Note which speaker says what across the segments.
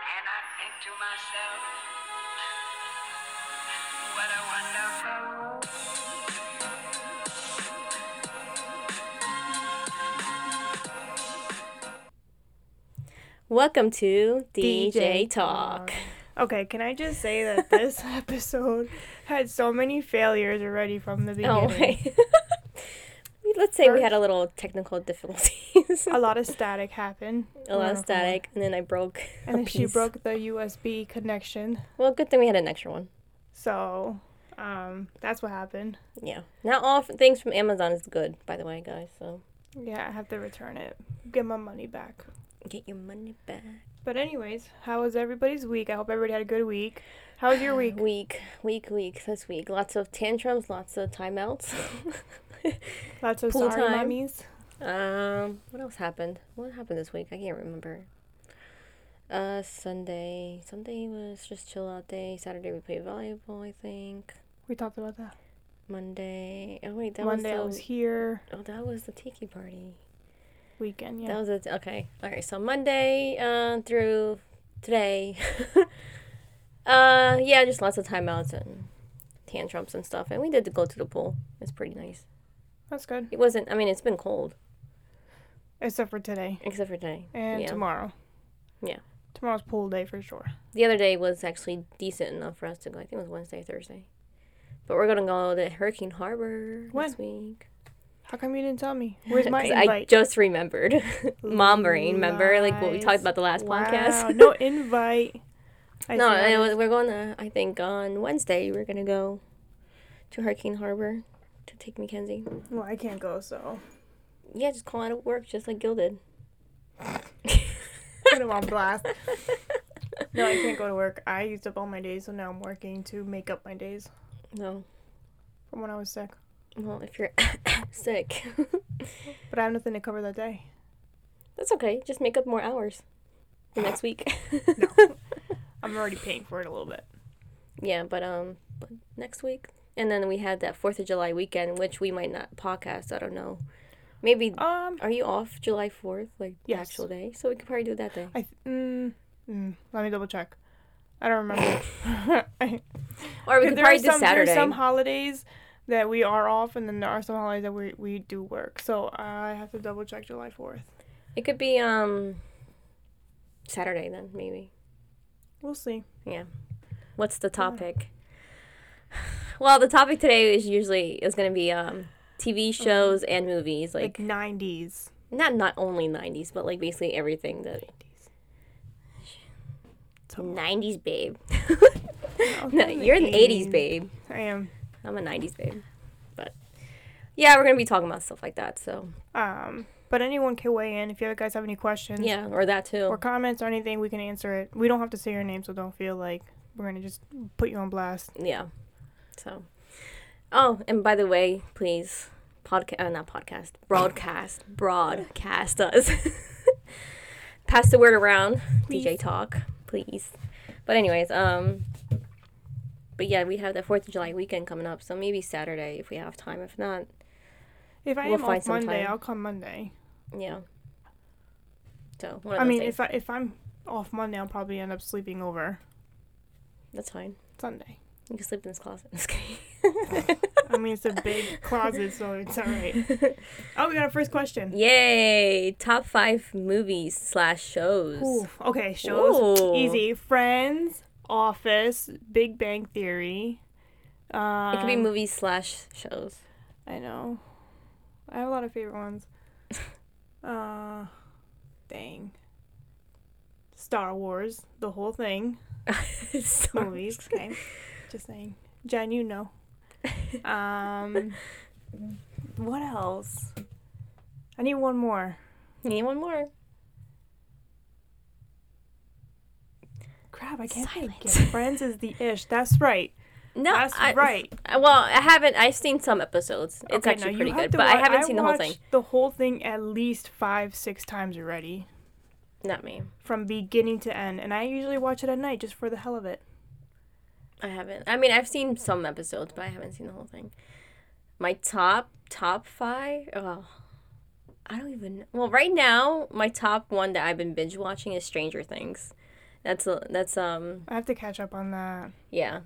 Speaker 1: think to myself, what a wonderful world.
Speaker 2: Welcome to DJ, Talk.
Speaker 3: Okay, can I just say that this episode had so many failures already from the beginning?
Speaker 2: Oh, wait. We- Let's say we had a little technical difficulties,
Speaker 3: A lot of static happened.
Speaker 2: a lot of static, and then I broke
Speaker 3: And
Speaker 2: a
Speaker 3: then
Speaker 2: piece.
Speaker 3: she broke the USB connection.
Speaker 2: Well, good thing we had an extra one.
Speaker 3: So, um, that's what happened.
Speaker 2: Yeah. Not all f- things from Amazon is good, by the way, guys. So
Speaker 3: Yeah, I have to return it. Get my money back.
Speaker 2: get your money back.
Speaker 3: But anyways, how was everybody's week? I hope everybody had a good week. How was your week?
Speaker 2: Week, week, week. This week, lots of tantrums, lots of timeouts.
Speaker 3: Lots of
Speaker 2: Pool
Speaker 3: sorry
Speaker 2: time.
Speaker 3: mommies.
Speaker 2: um, what else happened? What happened this week? I can't remember. Uh, Sunday. Sunday was just chill out day. Saturday we played volleyball, I think.
Speaker 3: We talked about that.
Speaker 2: Monday. Oh wait, that
Speaker 3: Monday I was
Speaker 2: was the,
Speaker 3: here.
Speaker 2: Oh, that was the tiki party.
Speaker 3: Weekend, yeah.
Speaker 2: That was it. Okay. All right. So Monday uh, through today. uh, yeah, just lots of timeouts and tantrums and stuff. And we did go to the pool. It's pretty nice.
Speaker 3: that's good.
Speaker 2: It wasn't. I mean, it's been cold
Speaker 3: Except for today
Speaker 2: except for today.
Speaker 3: and
Speaker 2: yeah.
Speaker 3: tomorrow.
Speaker 2: Yeah.
Speaker 3: Tomorrow's pool day for sure.
Speaker 2: The other day was actually decent enough for us to go. I think it was Wednesday, Thursday. But we're gonna go to Hurricane Harbor next week.
Speaker 3: How come you didn't tell me? Where's my
Speaker 2: 'Cause I
Speaker 3: invite?
Speaker 2: just remembered, Mom Marine. Remember, like what we talked
Speaker 3: Lies.
Speaker 2: about the last podcast.
Speaker 3: no invite. I
Speaker 2: No,
Speaker 3: see
Speaker 2: it
Speaker 3: what
Speaker 2: was, we're going to, I think on Wednesday, we're going to go to Hurricane Harbor to take Mackenzie.
Speaker 3: it- Well, I can't go, so
Speaker 2: Yeah, just call out of work, just like Gil did.
Speaker 3: put him on blast. No, I can't go to work. I used up all my days, so now I'm working to make up my days
Speaker 2: No.
Speaker 3: from when I was sick.
Speaker 2: Well, if you're sick,
Speaker 3: But I have nothing to cover that day.
Speaker 2: that's okay. Just make up more hours for next week.
Speaker 3: I'm already paying for it a little bit.
Speaker 2: yeah, but um, but next week. And then we had that 4th of July weekend, which we might not podcast. I don't know. Maybe,
Speaker 3: Um,
Speaker 2: are you off July 4th, like the
Speaker 3: Yes.
Speaker 2: actual day? So we could probably do it that day.
Speaker 3: I th- mm, mm, let me double check. I don't remember. I,
Speaker 2: Or we could
Speaker 3: there are
Speaker 2: probably do
Speaker 3: some there are
Speaker 2: Saturday.
Speaker 3: some holidays that we are off, and then there are some holidays that we we do work. So I have to double check July fourth.
Speaker 2: It could be um Saturday then maybe.
Speaker 3: We'll see.
Speaker 2: Yeah. What's the topic? Well, the topic today is usually is going to be um TV shows and movies, like
Speaker 3: Like nineties.
Speaker 2: not not only 90s, but like basically everything that 90s babe. no, you're an 80s babe.
Speaker 3: I am.
Speaker 2: I'm a 90s babe. But yeah, we're going to be talking about stuff like that, so
Speaker 3: Um, but anyone can weigh in if you guys have any questions
Speaker 2: yeah, or that
Speaker 3: or
Speaker 2: too.
Speaker 3: comments or anything. We can answer it. We don't have to say your name, so don't feel like we're gonna just put you on blast.
Speaker 2: Yeah. So Oh, and by the way, please podcast uh, not podcast, broadcast, broadcast us. Pass the word around, DJ Talk, please. But anyways, um but yeah, we have the 4th of July weekend coming up, so maybe Saturday if we have time. If not,
Speaker 3: If I
Speaker 2: We'll
Speaker 3: am
Speaker 2: find
Speaker 3: off
Speaker 2: some
Speaker 3: Monday,
Speaker 2: time.
Speaker 3: I'll come Monday.
Speaker 2: yeah. So, one of
Speaker 3: I
Speaker 2: those
Speaker 3: mean,
Speaker 2: things.
Speaker 3: if I if I'm off Monday, I'll probably end up sleeping over
Speaker 2: That's fine.
Speaker 3: Sunday.
Speaker 2: You can sleep in this closet. Just kidding.
Speaker 3: I mean, it's a big closet, so it's all right. Oh, we got our first question.
Speaker 2: Yay! Top 5 movies slash shows.
Speaker 3: Ooh, okay, shows
Speaker 2: Ooh.
Speaker 3: easy. Friends, Office, Big Bang Theory. Um,
Speaker 2: It could be movies slash shows.
Speaker 3: I know. I have a lot of favorite ones. uh, dang. Star Wars, the whole thing,
Speaker 2: Sorry.
Speaker 3: movies. Okay, just saying. Jen, you know. Um, what else? I need one more.
Speaker 2: Need one more.
Speaker 3: Crap, I can't think. it. Friends is the ish. That's right.
Speaker 2: No,
Speaker 3: That's
Speaker 2: I,
Speaker 3: right.
Speaker 2: I- Well, I haven't. I've seen some episodes. It's
Speaker 3: Okay, now
Speaker 2: actually
Speaker 3: you
Speaker 2: pretty
Speaker 3: have
Speaker 2: good,
Speaker 3: to
Speaker 2: but I
Speaker 3: wa-
Speaker 2: haven't seen the whole thing.
Speaker 3: watched The whole thing at least five, six times already,
Speaker 2: Not me.
Speaker 3: from beginning to end. And I usually watch it at night just for the hell of it.
Speaker 2: I haven't. I mean, I've seen some episodes, but I haven't seen the whole thing. My top top five. Oh, I don't even. Well, right now, my top one that I've been binge watching is Stranger Things. That's a, that's um
Speaker 3: I have to catch up on that.
Speaker 2: yeah.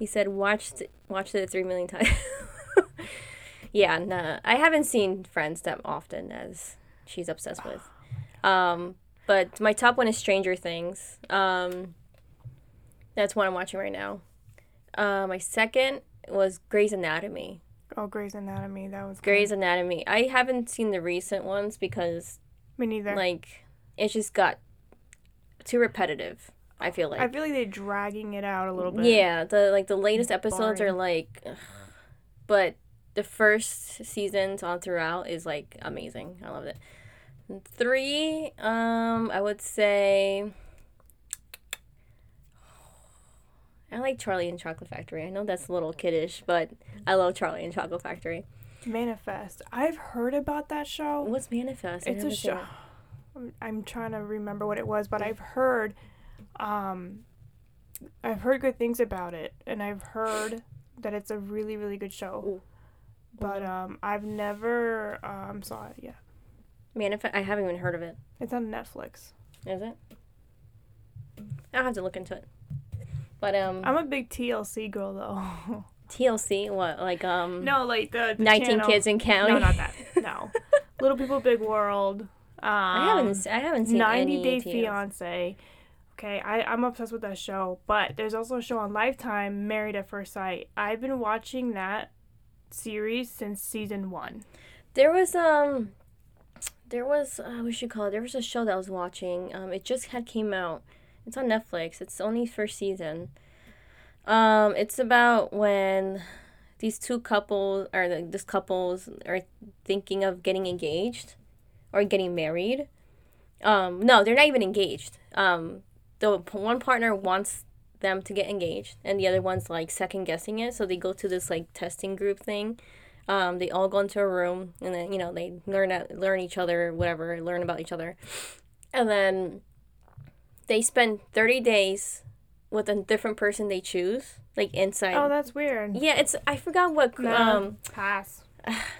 Speaker 2: He said watched watched it three million times. yeah, nah. I haven't seen Friends that often as she's obsessed with. Um, but my top one is Stranger Things. Um, that's one I'm watching right now. Uh, my second was Grey's Anatomy.
Speaker 3: Oh, Grey's Anatomy. That was good.
Speaker 2: Grey's Anatomy. I haven't seen the recent ones because
Speaker 3: Me neither.
Speaker 2: like it just got too repetitive. I feel like
Speaker 3: I feel like they're dragging it out a little bit.
Speaker 2: yeah, the like the latest episodes are
Speaker 3: boring.
Speaker 2: like, ugh. but the first seasons on throughout is like amazing. I loved it. Three, um, I would say. I like Charlie and Chocolate Factory. I know that's a little kiddish, but I love Charlie and Chocolate Factory.
Speaker 3: Manifest. I've heard about that show.
Speaker 2: What's Manifest? I
Speaker 3: it's a
Speaker 2: never seen
Speaker 3: show. I'm, I'm trying to remember what it was, but I've heard, um, I've heard good things about it, and I've heard that it's a really, really good show.
Speaker 2: Ooh. Mm-hmm.
Speaker 3: But um, I've never um saw it yet.
Speaker 2: it. Manifest. I haven't even heard of it.
Speaker 3: It's on Netflix.
Speaker 2: Is it? I'll have to look into it. But um,
Speaker 3: I'm a big TLC girl though.
Speaker 2: TLC, what like um,
Speaker 3: no, like the, the
Speaker 2: 19
Speaker 3: channel-
Speaker 2: Kids in County.
Speaker 3: No, not that. No, Little People, Big World. Um,
Speaker 2: I haven't, s- I haven't seen 90
Speaker 3: 90
Speaker 2: any
Speaker 3: Day
Speaker 2: TLC.
Speaker 3: Fiance. Okay, I, I'm obsessed with that show, but there's also a show on Lifetime, Married at First Sight. I've been watching that series since season one.
Speaker 2: There was um, there was uh, what should you call it? There was a show that I was watching. Um, it just had came out. It's on Netflix. It's only first season. Um, it's about when these two couples or the, these couples are thinking of getting engaged or getting married. Um, no, they're not even engaged. Um, the p- one partner wants them to get engaged, and the other one's like second guessing it. So they go to this like testing group thing. Um, they all go into a room, and then you know they learn at, learn each other, whatever, learn about each other, and then they spend thirty days with a different person they choose, like inside.
Speaker 3: Oh, that's weird.
Speaker 2: Yeah, it's I forgot what
Speaker 3: Nah,
Speaker 2: um
Speaker 3: pass.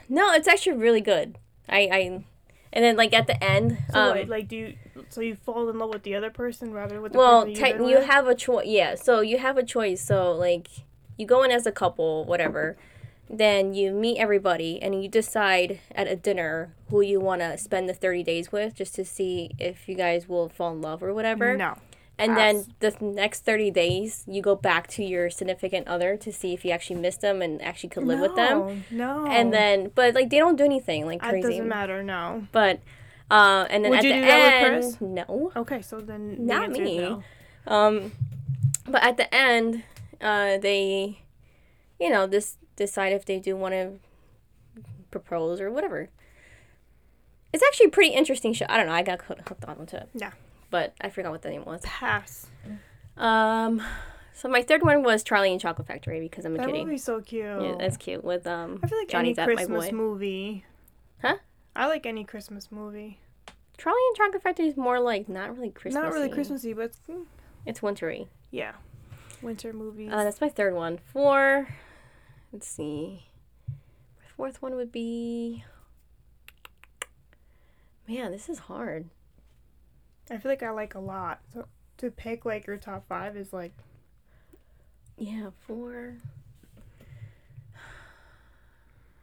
Speaker 2: no, it's actually really good. I I and then like at the end
Speaker 3: So
Speaker 2: um
Speaker 3: what, like, do you, so you fall in love with the other person rather than with the
Speaker 2: well
Speaker 3: person you've
Speaker 2: tech-
Speaker 3: been
Speaker 2: you
Speaker 3: with?
Speaker 2: have a choice. Yeah, so you have a choice. So like you go in as a couple, whatever. Then you meet everybody and you decide at a dinner who you want to spend the 30 days with just to see if you guys will fall in love or whatever.
Speaker 3: no.
Speaker 2: And
Speaker 3: Pass.
Speaker 2: then the th- next 30 days, you go back to your significant other to see if you actually miss them and actually could live with them.
Speaker 3: No.
Speaker 2: and then but like they don't do anything like
Speaker 3: Oh. That
Speaker 2: crazy
Speaker 3: doesn't matter, no.
Speaker 2: but uh and then
Speaker 3: Would
Speaker 2: at
Speaker 3: you
Speaker 2: the
Speaker 3: do that with
Speaker 2: end
Speaker 3: Chris?
Speaker 2: no
Speaker 3: Okay, so then. the
Speaker 2: Not
Speaker 3: answer is
Speaker 2: me.
Speaker 3: no.
Speaker 2: um but at the end uh they you know this decide if they do want to propose or whatever it's actually a pretty interesting show i don't know i got hooked hooked onto it
Speaker 3: Yeah.
Speaker 2: but i forgot what the name was
Speaker 3: Pass.
Speaker 2: um so my third one was charlie and chocolate factory because i'm a
Speaker 3: That
Speaker 2: kitty
Speaker 3: would be so cute.
Speaker 2: yeah, that's cute with um
Speaker 3: I feel like
Speaker 2: johnny
Speaker 3: any
Speaker 2: depp my
Speaker 3: Christmas
Speaker 2: boy
Speaker 3: movie.
Speaker 2: Huh?
Speaker 3: I like any Christmas movie.
Speaker 2: charlie and chocolate factory is more like not really christmas
Speaker 3: Not really Christmassy, but it's, mm,
Speaker 2: it's wintry
Speaker 3: yeah, winter movies.
Speaker 2: Uh, that's my third one. Four. Let's see. My fourth one would be. Man, this is hard.
Speaker 3: I feel like I like a lot. So to pick like your top five is like
Speaker 2: Yeah, four.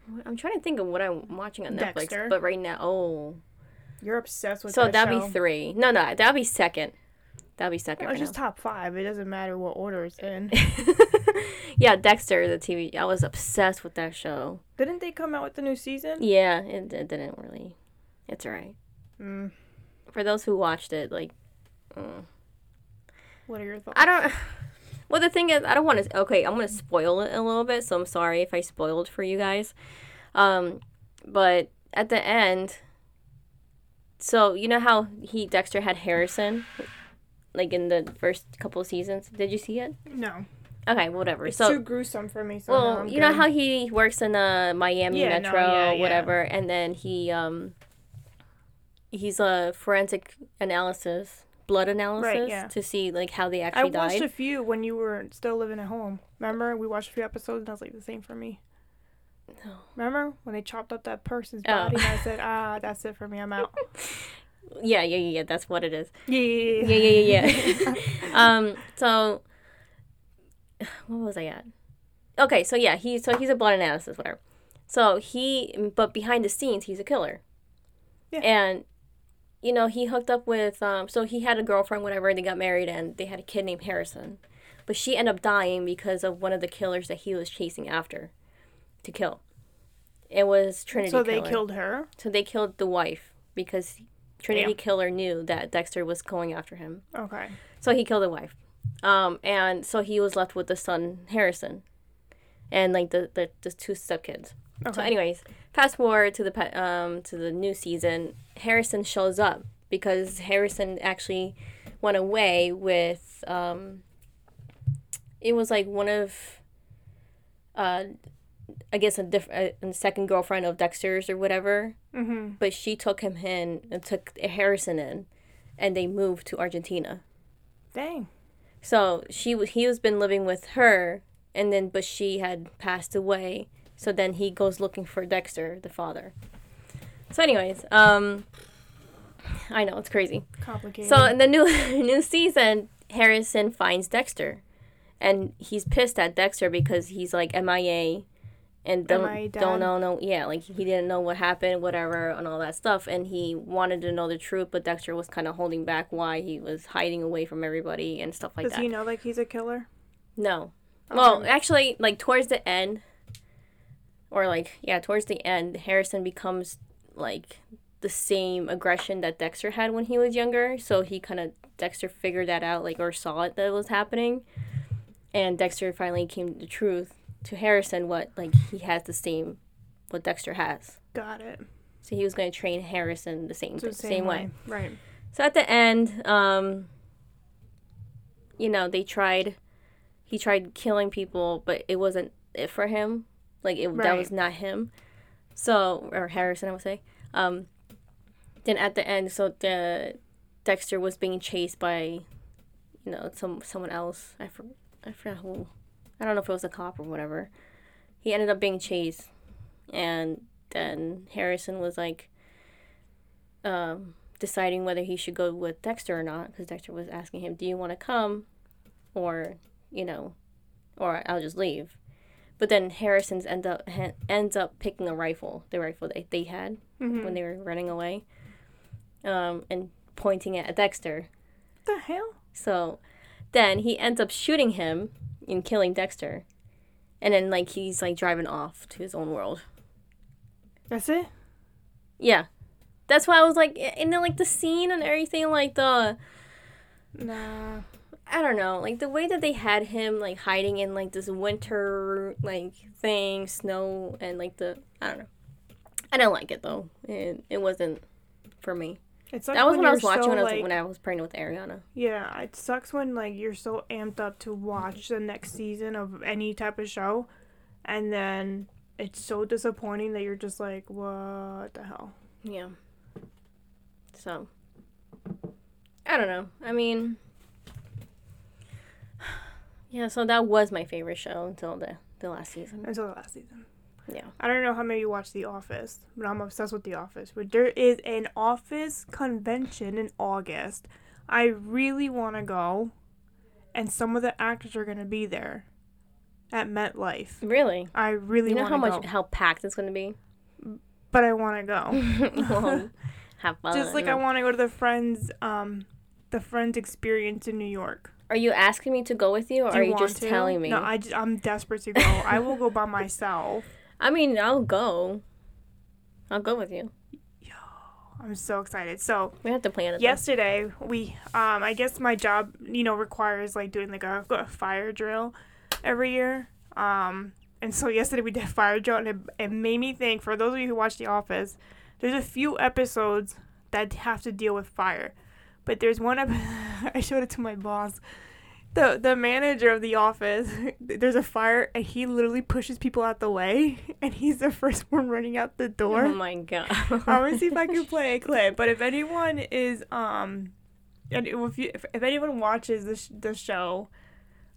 Speaker 2: What- I'm trying to think of what I'm watching on Netflix,
Speaker 3: Dexter.
Speaker 2: but right now, oh,
Speaker 3: you're obsessed with.
Speaker 2: so
Speaker 3: that
Speaker 2: that'd
Speaker 3: show.
Speaker 2: be three. No, no, that'd be second. That'd be second.
Speaker 3: Well,
Speaker 2: right
Speaker 3: it's just
Speaker 2: now.
Speaker 3: top five. It doesn't matter what order it's in.
Speaker 2: yeah, Dexter, the TV. I was obsessed with that show.
Speaker 3: Didn't they come out with the new season?
Speaker 2: Yeah, it, it didn't really. It's alright.
Speaker 3: Mm,
Speaker 2: For those who watched it, like, mm.
Speaker 3: what are your thoughts?
Speaker 2: I don't. Well, the thing is, I don't want to. Okay, I'm gonna spoil it a little bit, so I'm sorry if I spoiled for you guys. Um, but at the end, so you know how he Dexter had Harrison, like in the first couple of seasons. Did you see it?
Speaker 3: no,
Speaker 2: Okay, whatever.
Speaker 3: it's
Speaker 2: so
Speaker 3: too gruesome for me. So no,
Speaker 2: well,
Speaker 3: I'm
Speaker 2: you know
Speaker 3: good.
Speaker 2: how he works in a Miami
Speaker 3: Yeah, no,
Speaker 2: metro,
Speaker 3: yeah, yeah.
Speaker 2: whatever, and then he um he's a forensic analysis, blood analysis
Speaker 3: yeah.
Speaker 2: to see like how they
Speaker 3: I
Speaker 2: actually died.
Speaker 3: watched a few when you were still living at home. Remember, we watched a few episodes, and I was like the same for me.
Speaker 2: No.
Speaker 3: Remember when they chopped up that person's
Speaker 2: Oh.
Speaker 3: body? And I said, ah, that's it for me. I'm out.
Speaker 2: Yeah, yeah, yeah, yeah. That's what it is.
Speaker 3: Yeah, yeah, yeah.
Speaker 2: Yeah, yeah, yeah, yeah. um, so what was I at? Okay, so yeah, he so he's a blood analysis, whatever. So he, but behind the scenes, he's a killer.
Speaker 3: Yeah.
Speaker 2: And you know he hooked up with um, so he had a girlfriend, whatever. And they got married, and they had a kid named Harrison, but she ended up dying because of one of the killers that he was chasing after to kill. It was Trinity.
Speaker 3: So they
Speaker 2: Killer.
Speaker 3: killed her.
Speaker 2: So they killed the wife because Trinity
Speaker 3: Damn.
Speaker 2: Killer knew that Dexter was going after him.
Speaker 3: Okay.
Speaker 2: So he killed the wife. Um, and so he was left with the son, Harrison, and like the, the, the two stepkids. So,
Speaker 3: Okay.
Speaker 2: anyways, fast forward to the pe- um, to the new season. Harrison shows up because Harrison actually went away with um, it was like one of uh, I guess a different a second girlfriend of Dexter's or whatever.
Speaker 3: Mm-hmm.
Speaker 2: But she took him in and took Harrison in, and they moved to Argentina.
Speaker 3: Dang.
Speaker 2: So she w- he was been living with her, and then but she had passed away. So then he goes looking for Dexter, the father. So, anyways, um, I know it's crazy.
Speaker 3: Complicated.
Speaker 2: So in the new new season, Harrison finds Dexter, and he's pissed at Dexter because he's like MIA, and don't
Speaker 3: MIA dad.
Speaker 2: don't know no yeah like he didn't know what happened whatever and all that stuff, and he wanted to know the truth, but Dexter was kind of holding back why he was hiding away from everybody and stuff like
Speaker 3: Does
Speaker 2: that.
Speaker 3: he know like he's a killer?
Speaker 2: No. Well, actually, like towards the end, or like yeah, towards the end, Harrison becomes like the same aggression that Dexter had when he was younger. So he kind of Dexter figured that out, like or saw it that it was happening, and Dexter finally came to the truth to Harrison what like he has the same what Dexter has.
Speaker 3: Got it.
Speaker 2: So he was going to train Harrison the same
Speaker 3: So
Speaker 2: same, way.
Speaker 3: Right.
Speaker 2: So at the end, um, you know, they tried, he tried killing people, but it wasn't it for him. Like it, that
Speaker 3: Right.
Speaker 2: was not him. So or Harrison, I would say. Um, then at the end, so the Dexter was being chased by, you know, some someone else. I for, I forgot who. I don't know if it was a cop or whatever. He ended up being chased, and then Harrison was like, um, deciding whether he should go with Dexter or not, because Dexter was asking him, "Do you want to come, or you know, or I'll just leave." But then Harrison's end up ha- ends up picking a rifle, the rifle that they had
Speaker 3: Mm-hmm.
Speaker 2: when they were running away, um, and pointing it at Dexter.
Speaker 3: the hell?
Speaker 2: So then he ends up shooting him and killing Dexter, and then like he's like driving off to his own world.
Speaker 3: That's it.
Speaker 2: Yeah, that's why I was like, and then like the scene and everything, like the
Speaker 3: Nah.
Speaker 2: I don't know, like the way that they had him like hiding in like this winter like thing, snow, and like the I don't know. I didn't like it though. It it wasn't for me.
Speaker 3: It sucks
Speaker 2: that was
Speaker 3: when,
Speaker 2: when I
Speaker 3: you're
Speaker 2: was watching
Speaker 3: so,
Speaker 2: when I was
Speaker 3: like,
Speaker 2: when I was pregnant with Ariana.
Speaker 3: Yeah, it sucks when like you're so amped up to watch the next season of any type of show, and then it's so disappointing that you're just like, what the hell?
Speaker 2: Yeah. So I don't know. I mean Yeah, so that was my favorite show until the the last season.
Speaker 3: Until the last season.
Speaker 2: Yeah.
Speaker 3: I don't know how many of you watch The Office, but I'm obsessed with The Office. But there is an Office convention in August. I really want to go, and some of the actors are gonna be there at MetLife.
Speaker 2: Really?
Speaker 3: I really
Speaker 2: You know
Speaker 3: want
Speaker 2: how
Speaker 3: to
Speaker 2: much
Speaker 3: go,
Speaker 2: how packed it's gonna be?
Speaker 3: but I want to go.
Speaker 2: Have fun.
Speaker 3: Just like I want to go to the friends, um, the friends experience in New York.
Speaker 2: Are you asking me to go with you, or
Speaker 3: Do
Speaker 2: are you,
Speaker 3: want
Speaker 2: just
Speaker 3: to?
Speaker 2: telling me?
Speaker 3: No, I just, I'm desperate to go. I will go by myself.
Speaker 2: I mean, I'll go. I'll go with you.
Speaker 3: I'm so excited. So
Speaker 2: We have to plan it. though.
Speaker 3: yesterday we, um, I guess my job, you know, requires like doing like a, a fire drill every year. Um, and so yesterday we did fire drill, and it, it made me think. For those of you who watch The Office, there's a few episodes that have to deal with fire, but there's one episode. I showed it to my boss. the the manager of the office there's a fire and he literally pushes people out the way and he's the first one running out the door
Speaker 2: Oh my god.
Speaker 3: i want to see if i can play a clip but if anyone is um and if you, if, if anyone watches this the show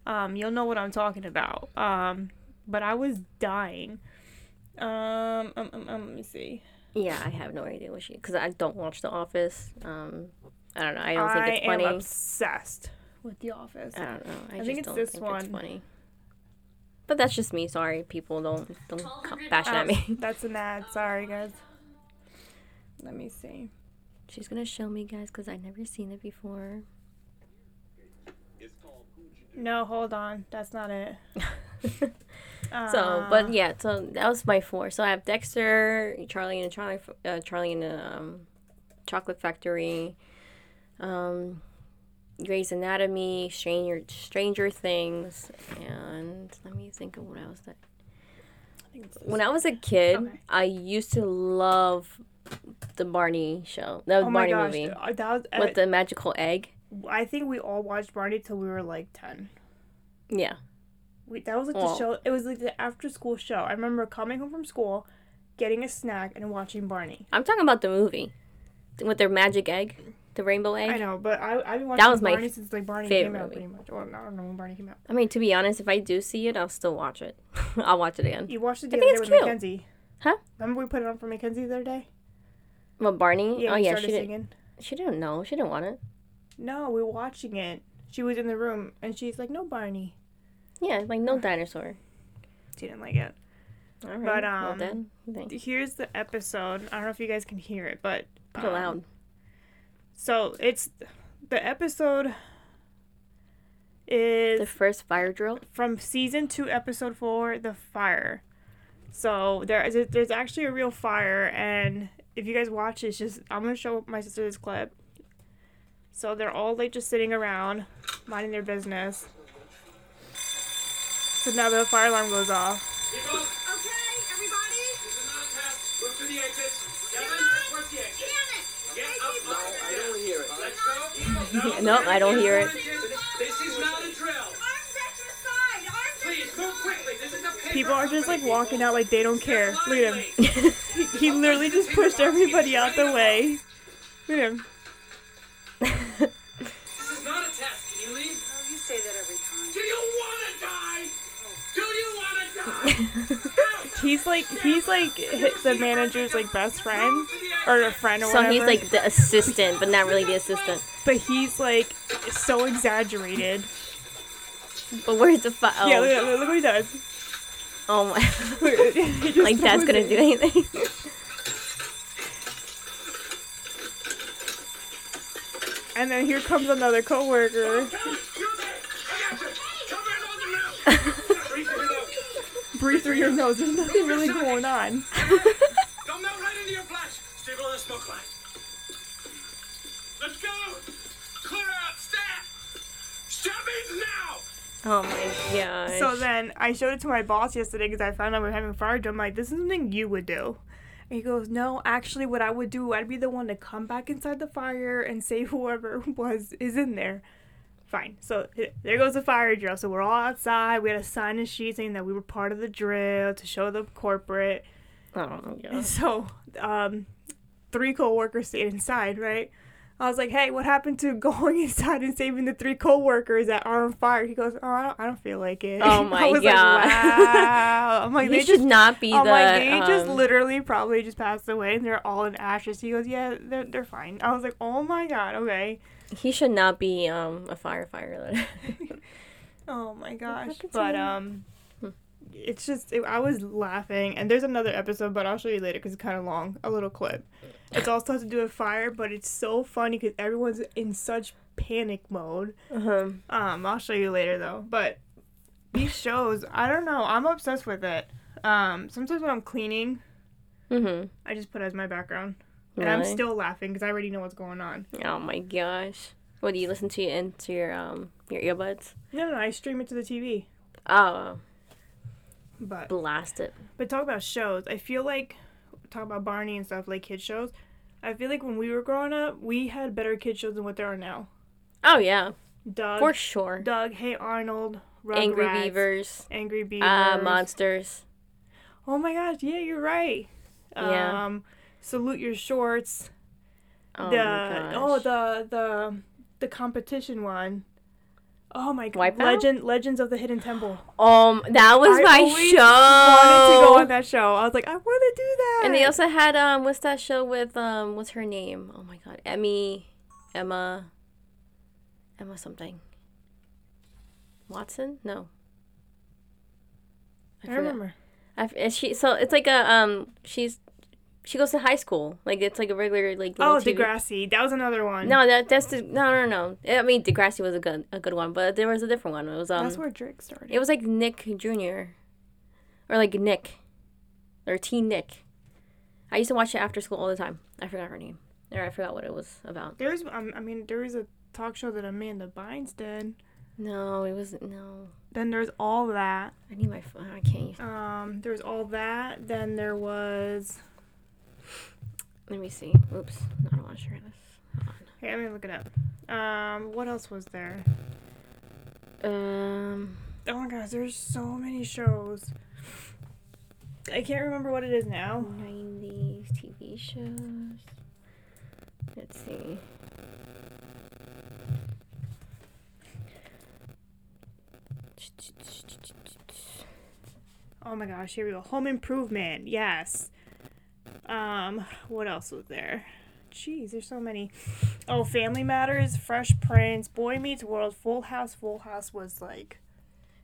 Speaker 3: um you'll know what i'm talking about um but i was dying um, um, um, um let me see
Speaker 2: Yeah, I have no idea what she because I don't watch The Office. Um, I don't know. I don't think it's funny. Uh,
Speaker 3: am obsessed with The Office.
Speaker 2: I don't know. I, just
Speaker 3: think it's
Speaker 2: don't
Speaker 3: this
Speaker 2: think it's
Speaker 3: one.
Speaker 2: funny. But that's just me. Sorry, people. Don't don't come bash
Speaker 3: Oh,
Speaker 2: at me.
Speaker 3: That's an ad. Sorry, guys. Let me see.
Speaker 2: She's gonna show me guys because I've never seen it before.
Speaker 3: No, hold on. That's not it.
Speaker 2: So,
Speaker 3: Ah.
Speaker 2: but yeah, so that was my four. So I have Dexter, Charlie and the Charlie, uh, Charlie and the um, Chocolate Factory, um, Grey's Anatomy, Stranger Stranger Things, and let me think of what else. That
Speaker 3: I think it's-
Speaker 2: when I was a kid,
Speaker 3: Okay.
Speaker 2: I used to love the Barney show, the
Speaker 3: oh my
Speaker 2: Barney
Speaker 3: gosh.
Speaker 2: movie
Speaker 3: uh, That was, uh,
Speaker 2: with the magical egg.
Speaker 3: I think we all watched Barney till we were like 10.
Speaker 2: Yeah,
Speaker 3: We, that was like
Speaker 2: Well-
Speaker 3: the show. It was like the after school show. I remember coming home from school, getting a snack, and watching Barney.
Speaker 2: I'm talking about the movie with their magic egg, the rainbow egg.
Speaker 3: I know, but I, I've been watching
Speaker 2: was my
Speaker 3: Barney since like Barney
Speaker 2: favorite
Speaker 3: came out,
Speaker 2: movie.
Speaker 3: pretty much. Or I don't know when Barney came out.
Speaker 2: I mean, to be honest, if I do see it, I'll still watch it. I'll watch it again.
Speaker 3: You watched it
Speaker 2: I
Speaker 3: the
Speaker 2: think
Speaker 3: other day
Speaker 2: it's
Speaker 3: with
Speaker 2: cute.
Speaker 3: Mackenzie.
Speaker 2: Huh?
Speaker 3: Remember we put it on for Mackenzie the other day?
Speaker 2: Well, Barney. oh yeah,
Speaker 3: we
Speaker 2: she
Speaker 3: started
Speaker 2: didn't.
Speaker 3: singing.
Speaker 2: She didn't know. She didn't want it.
Speaker 3: No, we were watching it. She was in the room and she's like, "No, Barney."
Speaker 2: Yeah, like
Speaker 3: Oh.
Speaker 2: no dinosaur.
Speaker 3: She didn't like it.
Speaker 2: All right.
Speaker 3: But,
Speaker 2: well
Speaker 3: um,
Speaker 2: then, thanks.
Speaker 3: Here's the episode. I don't know if you guys can hear it, but
Speaker 2: Put it
Speaker 3: um,
Speaker 2: loud.
Speaker 3: So it's the episode is
Speaker 2: The first fire drill.
Speaker 3: from season two, episode four, the fire. So there is there's actually a real fire, and if you guys watch, it's just I'm gonna show my sister this clip. So they're all like just sitting around, minding their business. So now the fire alarm goes off.
Speaker 4: Okay, everybody.
Speaker 5: Look to the exits. Devin, where's the exit?
Speaker 4: Damn it.
Speaker 5: Get up. No,
Speaker 2: Nope, I
Speaker 5: I don't hear it. Let's go.
Speaker 2: don't hear it.
Speaker 5: This is not a drill.
Speaker 4: Arms at your side. Arms at
Speaker 5: Please, move quickly. This is a paper.
Speaker 3: People are just like
Speaker 5: company,
Speaker 3: walking out like they don't care.
Speaker 5: people.
Speaker 3: Look at him.
Speaker 5: Lively.
Speaker 3: He literally just pushed everybody out the way. Look at him.
Speaker 5: This is not a test. Can you leave?
Speaker 4: Oh, you say that every time.
Speaker 5: Do you want to die? Do you want to die?
Speaker 3: He's like he's like the manager's like best friend or a friend or
Speaker 2: So
Speaker 3: whatever.
Speaker 2: he's like the assistant, but not really the assistant.
Speaker 3: but he's like so exaggerated.
Speaker 2: But where's the fire? Oh,
Speaker 3: Yeah, look, look, look what he does.
Speaker 2: oh my.
Speaker 3: He just
Speaker 2: like that's
Speaker 3: throws
Speaker 2: gonna
Speaker 3: it.
Speaker 2: do anything.
Speaker 3: And then here comes another coworker.
Speaker 5: Come, you there. I got you. Cover it on the mouth. Breathe through your nose.
Speaker 3: Breathe through your nose. There's nothing really going on.
Speaker 5: Don't melt right into your flash. Stay below the smoke line. Let's go. Clear out. Stat. Stop it now.
Speaker 2: oh my gosh.
Speaker 3: So then I showed it to my boss yesterday because I found out we were having fire drill. I'm like, this is something you would do. And he goes, no, actually, what I would do, I'd be the one to come back inside the fire and save whoever was is in there. Fine. So h- there goes the fire drill. So we're all outside. We had a sign and sheet saying that we were part of the drill to show the corporate.
Speaker 2: oh my
Speaker 3: And
Speaker 2: gosh.
Speaker 3: so, um, three coworkers stayed inside, right? I was like, "Hey, what happened to going inside and saving the three coworkers that are on fire?" He goes, "Oh, I don't, I don't feel like it."
Speaker 2: Oh my
Speaker 3: I was
Speaker 2: God.
Speaker 3: Like, wow. I'm like,
Speaker 2: You
Speaker 3: they
Speaker 2: should
Speaker 3: just. Oh
Speaker 2: not be
Speaker 3: I'm
Speaker 2: the.
Speaker 3: like, they just
Speaker 2: um,
Speaker 3: literally probably just passed away and they're all in ashes. He goes, Yeah, they're, they're fine. I was like, Oh my God, okay.
Speaker 2: he should not be um a firefighter.
Speaker 3: Oh my gosh.
Speaker 2: happened to Hmm.
Speaker 3: But,
Speaker 2: him?
Speaker 3: um, it's just, it, I was laughing. And there's another episode, but I'll show you later because it's kind of long, a little clip. It's also has to do with fire, but it's so funny because everyone's in such panic mode.
Speaker 2: uh-huh.
Speaker 3: Um, I'll show you later though. But these shows, I don't know, I'm obsessed with it. Um, sometimes when I'm cleaning,
Speaker 2: Mm-hmm.
Speaker 3: I just put it as my background, and I'm
Speaker 2: Really?
Speaker 3: still laughing because I already know what's going on.
Speaker 2: Oh my gosh. What do you listen to into your um your earbuds?
Speaker 3: No, no, I stream it to the TV.
Speaker 2: Oh,
Speaker 3: But
Speaker 2: blast it.
Speaker 3: but talk about shows. I feel like talk about Barney and stuff like kid shows. I feel like when we were growing up, we had better kid shows than what there are now.
Speaker 2: Oh yeah,
Speaker 3: Doug,
Speaker 2: for sure.
Speaker 3: Doug, Hey Arnold, Rugrats,
Speaker 2: Angry Beavers,
Speaker 3: Angry Beavers.
Speaker 2: uh, monsters.
Speaker 3: Oh my gosh, yeah, you're right.
Speaker 2: Yeah.
Speaker 3: Um Salute Your Shorts.
Speaker 2: Oh
Speaker 3: the
Speaker 2: my gosh.
Speaker 3: oh the the the competition one. Oh my god.
Speaker 2: Wipeout?
Speaker 3: Legend Legends of the Hidden Temple.
Speaker 2: Um, that was
Speaker 3: I
Speaker 2: my
Speaker 3: always
Speaker 2: show.
Speaker 3: wanted to go on that show. I was like, I want to do that.
Speaker 2: Oh. And they also had um, what's that show with um, what's her name? Oh my god, Emmy, Emma, Emma something. Watson? No.
Speaker 3: I
Speaker 2: forgot.
Speaker 3: remember.
Speaker 2: I f- and she so it's like a um she's she goes to high school like it's like a regular like little
Speaker 3: Oh,
Speaker 2: TV
Speaker 3: Degrassi. That was another one.
Speaker 2: No, that that's the, no no no. I mean Degrassi was a good a good one, but there was a different one. It was um
Speaker 3: that's where Drake started.
Speaker 2: it was like Nick Jr. Or like Nick. Or Teen Nick. I used to watch it after school all the time. I forgot her name. Or I forgot what it was about.
Speaker 3: There's, um, I mean, there was a talk show that Amanda Bynes did.
Speaker 2: No, it wasn't. No.
Speaker 3: Then there's all that.
Speaker 2: I need my phone. I can't. use-
Speaker 3: Um, there was all that. Then there was.
Speaker 2: Let me see. Oops. I don't want to share this.
Speaker 3: Hey, let me look it up. Um, what else was there?
Speaker 2: Um.
Speaker 3: Oh my gosh, there's so many shows. I can't remember what it is now.
Speaker 2: 90s TV shows. Let's see.
Speaker 3: Oh my gosh, here we go. Home Improvement, yes. Um, what else was there? Jeez, there's so many. Oh, Family Matters, Fresh Prince, Boy Meets World, Full House. Full House was like,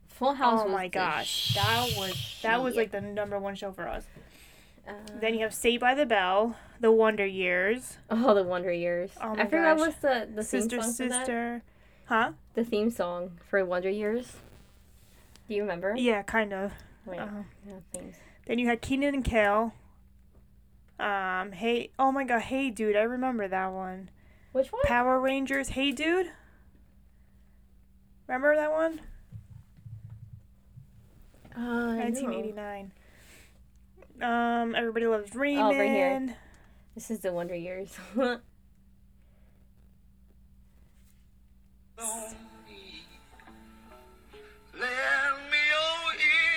Speaker 2: Full House.
Speaker 3: oh
Speaker 2: was
Speaker 3: my
Speaker 2: the
Speaker 3: gosh, that was that was like the number one show for us.
Speaker 2: Uh,
Speaker 3: Then you have Saved by the Bell, The Wonder Years,
Speaker 2: Oh, the Wonder Years.
Speaker 3: Oh
Speaker 2: I
Speaker 3: my
Speaker 2: forgot
Speaker 3: gosh.
Speaker 2: what's the the theme
Speaker 3: Sister
Speaker 2: song for that.
Speaker 3: Sister, huh?
Speaker 2: The theme song for Wonder Years. Do you remember?
Speaker 3: Yeah, kind of.
Speaker 2: Wait,
Speaker 3: uh-huh.
Speaker 2: no, thanks.
Speaker 3: Then you had Keenan and Kale. Um, hey, oh my god, hey dude, I remember that one.
Speaker 2: Which one?
Speaker 3: Power Rangers. Hey, dude. Remember that one?
Speaker 2: uh, I know.
Speaker 3: 1989. Um, Everybody Loves Raymond.
Speaker 2: Oh, right here. This is the Wonder Years.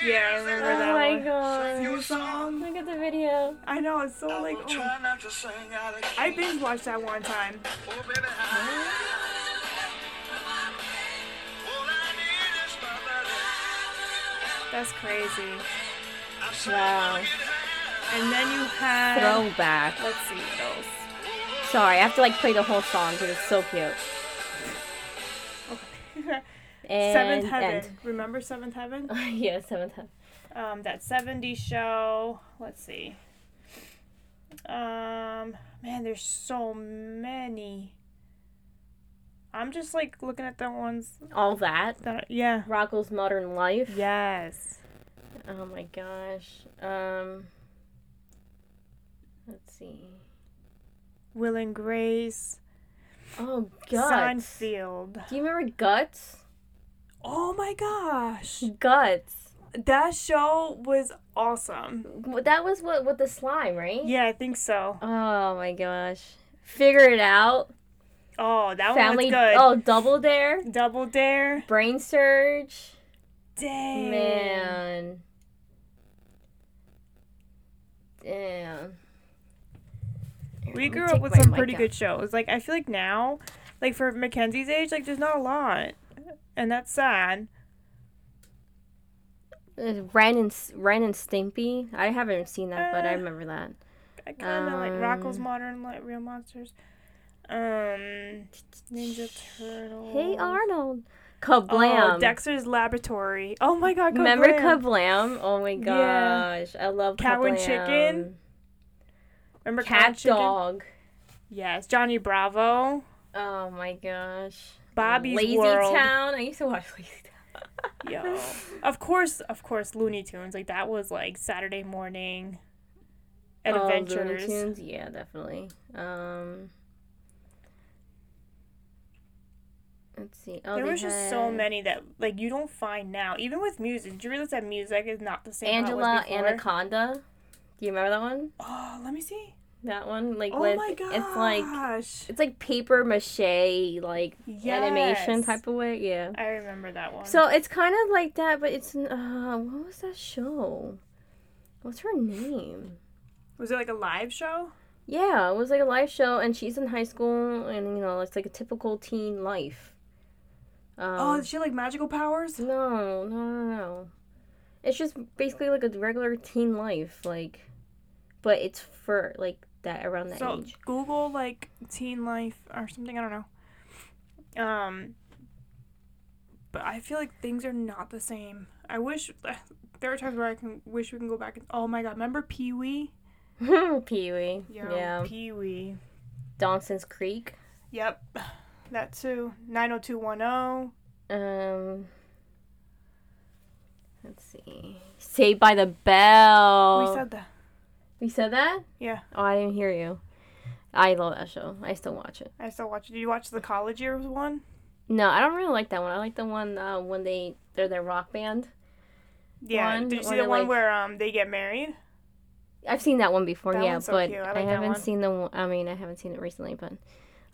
Speaker 3: Yeah, I remember
Speaker 2: oh
Speaker 3: that
Speaker 2: my
Speaker 3: one.
Speaker 2: gosh.
Speaker 5: Song.
Speaker 2: Look at the video.
Speaker 3: I know it's so like.
Speaker 5: We'll
Speaker 3: Oh.
Speaker 5: try not to sing out of key.
Speaker 3: I binge watched that one time.
Speaker 5: Oh, baby, I- All I need is my love.
Speaker 3: That's crazy.
Speaker 5: I'm so
Speaker 2: Wow.
Speaker 5: gonna get high.
Speaker 3: And then you had.
Speaker 2: Throwback.
Speaker 3: Let's see what else.
Speaker 2: Sorry, I have to like play the whole song because it's so cute. And
Speaker 3: Seventh Heaven.
Speaker 2: end. Uh-huh.
Speaker 3: Remember Seventh Heaven?
Speaker 2: yeah, Seventh Heaven.
Speaker 3: um, that 70s show. Let's see. Um, man, there's so many. I'm just like looking at the ones
Speaker 2: All that.
Speaker 3: that, yeah.
Speaker 2: Rocco's Modern Life.
Speaker 3: Yes.
Speaker 2: Oh my gosh. Um. Let's see.
Speaker 3: Will and Grace,
Speaker 2: Oh, Guts.
Speaker 3: Seinfeld.
Speaker 2: Do you remember Guts?
Speaker 3: Oh my gosh.
Speaker 2: Guts.
Speaker 3: That show was awesome.
Speaker 2: W- That was what with the slime, right?
Speaker 3: Yeah, I think so.
Speaker 2: Oh my gosh. Figure it out.
Speaker 3: Oh, that
Speaker 2: Family.
Speaker 3: one was good.
Speaker 2: Oh, Double Dare.
Speaker 3: Double Dare.
Speaker 2: Brain Surge.
Speaker 3: Dang.
Speaker 2: Man. Damn. Here,
Speaker 3: We
Speaker 2: let me
Speaker 3: grew
Speaker 2: take
Speaker 3: up with
Speaker 2: my
Speaker 3: some
Speaker 2: mic
Speaker 3: pretty
Speaker 2: out.
Speaker 3: good shows. Like I feel like now, like for Mackenzie's age, like there's not a lot, and that's sad.
Speaker 2: Uh, Ren and S- Ren and Stimpy. I haven't seen that, but I
Speaker 3: Uh,
Speaker 2: remember that.
Speaker 3: I kind of like
Speaker 2: Um,
Speaker 3: Rocko's Modern like Real Monsters, um, Ninja Turtles.
Speaker 2: Hey Arnold.
Speaker 3: Oh,
Speaker 2: Kablam.
Speaker 3: Dexter's Laboratory. Oh my God, Kablam.
Speaker 2: Remember Kablam? Oh my
Speaker 3: Yeah.
Speaker 2: gosh, I love
Speaker 3: Cow and
Speaker 2: Kablam.
Speaker 3: Chicken? Remember Cow
Speaker 2: Cat
Speaker 3: and Chicken?
Speaker 2: dog.
Speaker 3: Yes, Johnny Bravo,
Speaker 2: Oh my gosh.
Speaker 3: Bobby's
Speaker 2: Lazy
Speaker 3: World.
Speaker 2: Town. I used to watch Lazy Town.
Speaker 3: Yo, of course, of course, Looney Tunes. Like that was like Saturday morning.
Speaker 2: Oh, Looney
Speaker 3: Adventures.
Speaker 2: Tunes? Yeah, definitely. Um. Let's see. Oh,
Speaker 3: there
Speaker 2: they
Speaker 3: was just so
Speaker 2: had
Speaker 3: many that like you don't find now. Even with music, did you realize that music is not the same?
Speaker 2: Angela
Speaker 3: how it was before?
Speaker 2: Anaconda. Do you remember that one?
Speaker 3: Oh, let me see.
Speaker 2: That one, like
Speaker 3: Oh
Speaker 2: with
Speaker 3: my gosh!
Speaker 2: it's like it's like paper mache, like animation
Speaker 3: Yes.
Speaker 2: type of way. Yeah.
Speaker 3: I remember that one.
Speaker 2: So it's kind of like that, but it's uh, what was that show? What's her name?
Speaker 3: was it like a live show?
Speaker 2: Yeah, it was like a live show, and she's in high school, and you know, it's like a typical teen life. Um,
Speaker 3: Oh, she had, like magical powers.
Speaker 2: no, no, no, no. It's just basically like a regular teen life, like, but it's for like that around that
Speaker 3: So
Speaker 2: age.
Speaker 3: Google like teen life or something. I don't know. Um, but I feel like things are not the same. I wish there are times where I can wish we can go back. And, oh my god, remember Pee Wee?
Speaker 2: Pee Wee,
Speaker 3: Yo,
Speaker 2: yeah,
Speaker 3: Pee Wee.
Speaker 2: Dawson's Creek.
Speaker 3: Yep, that too. Nine hundred two one oh. zero.
Speaker 2: Um, let's see. Saved by the Bell.
Speaker 3: We said that.
Speaker 2: We said that?
Speaker 3: Yeah.
Speaker 2: Oh, I didn't hear you. I love that show. I still watch it.
Speaker 3: I still watch it. Did you watch the college years one?
Speaker 2: No, I don't really like that one. I like the one uh, when they they're their rock band.
Speaker 3: Yeah.
Speaker 2: One,
Speaker 3: Did you see
Speaker 2: where
Speaker 3: the
Speaker 2: they,
Speaker 3: one
Speaker 2: like-
Speaker 3: where um they get married?
Speaker 2: I've seen that one before,
Speaker 3: That
Speaker 2: yeah,
Speaker 3: one's so
Speaker 2: but
Speaker 3: cute. I
Speaker 2: I,
Speaker 3: like that
Speaker 2: haven't
Speaker 3: one.
Speaker 2: seen the one. I mean, I haven't seen it recently, but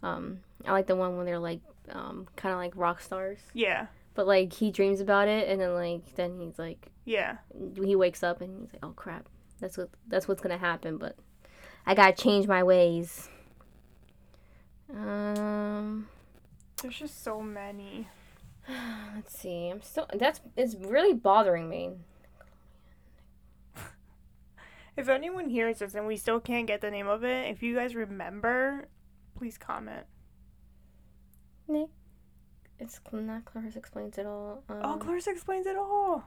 Speaker 2: um, I like the one when they're like um, kind of like rock stars.
Speaker 3: Yeah.
Speaker 2: But like he dreams about it, and then like then he's like
Speaker 3: Yeah.
Speaker 2: he wakes up and he's like, oh crap, that's what that's what's gonna happen. But I gotta change my ways. Um.
Speaker 3: There's just so many.
Speaker 2: Let's see. I'm still. That's it's really bothering me.
Speaker 3: If anyone hears this and we still can't get the name of it, if you guys remember, please comment.
Speaker 2: Nick, it's cl- not Clarice explains it all. Um,
Speaker 3: Oh, Clarissa explains it all.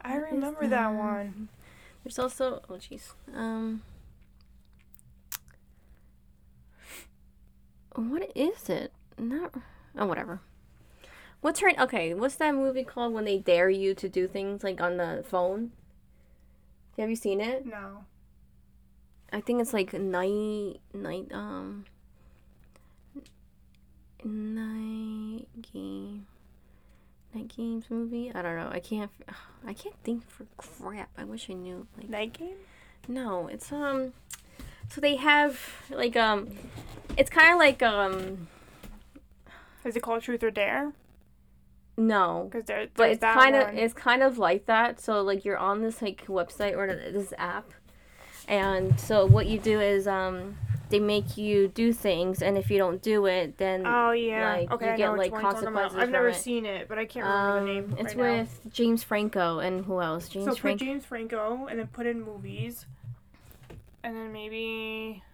Speaker 3: I remember that one.
Speaker 2: There's also oh jeez. Um, what is it? Not oh whatever. What's her? Okay, what's that movie called when they dare you to do things like on the phone? Have you seen it?
Speaker 3: No.
Speaker 2: I think it's like night night um night game night games movie. I don't know. I can't I can't think for crap. I wish I knew. Like
Speaker 3: Night game?
Speaker 2: no, it's um so they have like um it's kind of like um
Speaker 3: Is it called Truth or Dare?
Speaker 2: no
Speaker 3: Because there,
Speaker 2: but
Speaker 3: there's
Speaker 2: it's
Speaker 3: that
Speaker 2: kind of
Speaker 3: one.
Speaker 2: it's kind of like that so like you're on this like website or this app and so what you do is um they make you do things and if you don't do it then
Speaker 3: Oh yeah.
Speaker 2: like,
Speaker 3: okay,
Speaker 2: you
Speaker 3: I
Speaker 2: get,
Speaker 3: know which
Speaker 2: like,
Speaker 3: one you're talking about.
Speaker 2: consequences
Speaker 3: I've
Speaker 2: from
Speaker 3: never
Speaker 2: it.
Speaker 3: seen it, but I can't remember
Speaker 2: um,
Speaker 3: the name.
Speaker 2: it's
Speaker 3: right now.
Speaker 2: with james franco and who else james
Speaker 3: so put
Speaker 2: franco
Speaker 3: James Franco and then put in movies, and then maybe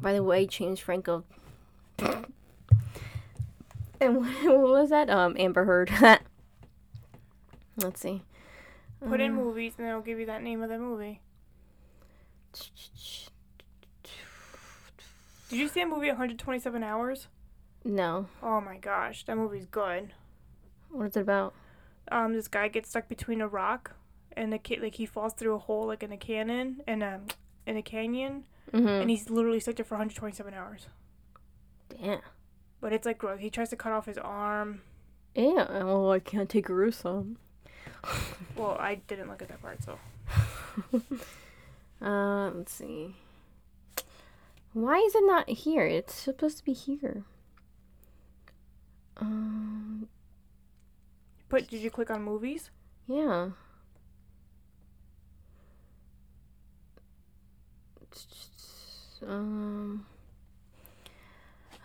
Speaker 2: by the way james franco and what, what was that um amber heard let's see
Speaker 3: put
Speaker 2: Mm-hmm.
Speaker 3: in movies, and then it'll give you that name of the movie. Did you see that movie 127 Hours?
Speaker 2: no
Speaker 3: Oh my gosh, that movie's good.
Speaker 2: what is it about
Speaker 3: Um, this guy gets stuck between a rock and a ca- like he falls through a hole like in a cannon and um in a canyon,
Speaker 2: mm-hmm.
Speaker 3: and he's literally stuck there for 127 hours.
Speaker 2: yeah
Speaker 3: But it's like gross. He tries to cut off his arm.
Speaker 2: yeah well i can't take a gruesome
Speaker 3: Well, I didn't look at that part, so
Speaker 2: Uh, let's see. Why is it not here? It's supposed to be here. Um,
Speaker 3: But did you click on movies?
Speaker 2: yeah. Um.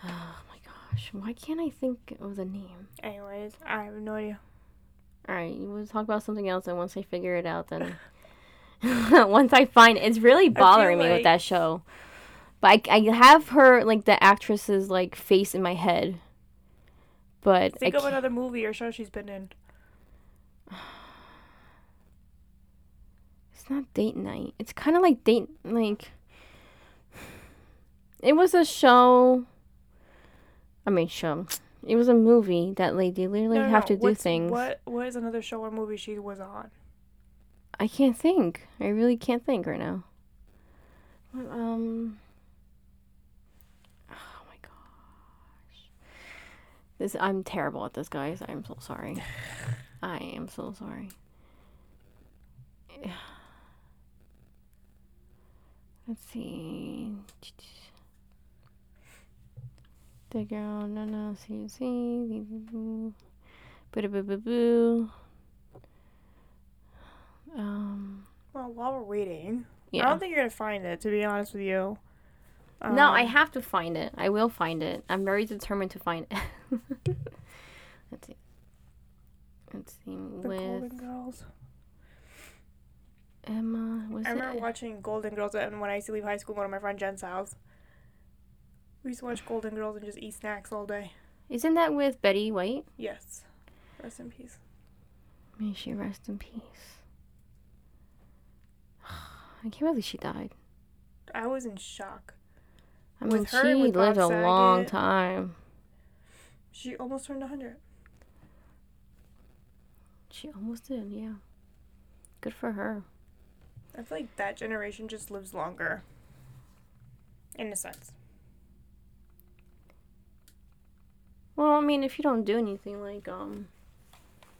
Speaker 2: Oh my gosh! Why can't I think of the name?
Speaker 3: Anyways, I have no idea.
Speaker 2: All right, we'll talk about something else, and once I figure it out, then once I find it's really bothering me
Speaker 3: like-
Speaker 2: with that show. But I, I have her like the actress's like face in my head, but I
Speaker 3: Think of
Speaker 2: can't-
Speaker 3: another movie or show she's been in.
Speaker 2: it's not date night. It's kind of like date like. It was a show. I mean, show. It was a movie that like they literally
Speaker 3: No, no,
Speaker 2: have
Speaker 3: no.
Speaker 2: to do
Speaker 3: What's-
Speaker 2: things.
Speaker 3: What What is another show or movie she was on?
Speaker 2: I can't think. I really can't think right now. Um. Oh my gosh. This I'm terrible at this, guys. I'm so sorry. I am so sorry. Let's see. The girl, no, no, see, see, boo, boo, boo, boo, boo. Um.
Speaker 3: Well, while we're waiting, I
Speaker 2: Yeah.
Speaker 3: don't think you're gonna find it. To be honest with you,
Speaker 2: no, I have to find it. I will find it. I'm very determined to find it. Let's see. Let's see.
Speaker 3: The
Speaker 2: With
Speaker 3: Golden Girls.
Speaker 2: Emma, was
Speaker 3: I remember
Speaker 2: it?
Speaker 3: watching Golden Girls and when I used to leave high school, go to my friend Jen's house. We used to watch Golden Girls and just eat snacks all day.
Speaker 2: Isn't that with Betty White?
Speaker 3: Yes. Rest in peace.
Speaker 2: May she rest in peace. I can't believe she died.
Speaker 3: I was in shock.
Speaker 2: I
Speaker 3: With
Speaker 2: mean,
Speaker 3: her
Speaker 2: she
Speaker 3: and with
Speaker 2: lived a
Speaker 3: Bob
Speaker 2: long
Speaker 3: Saget.
Speaker 2: time.
Speaker 3: She almost turned 100.
Speaker 2: She almost did, yeah. Good for her.
Speaker 3: I feel like that generation just lives longer. In a sense.
Speaker 2: Well, I mean, if you don't do anything like, um,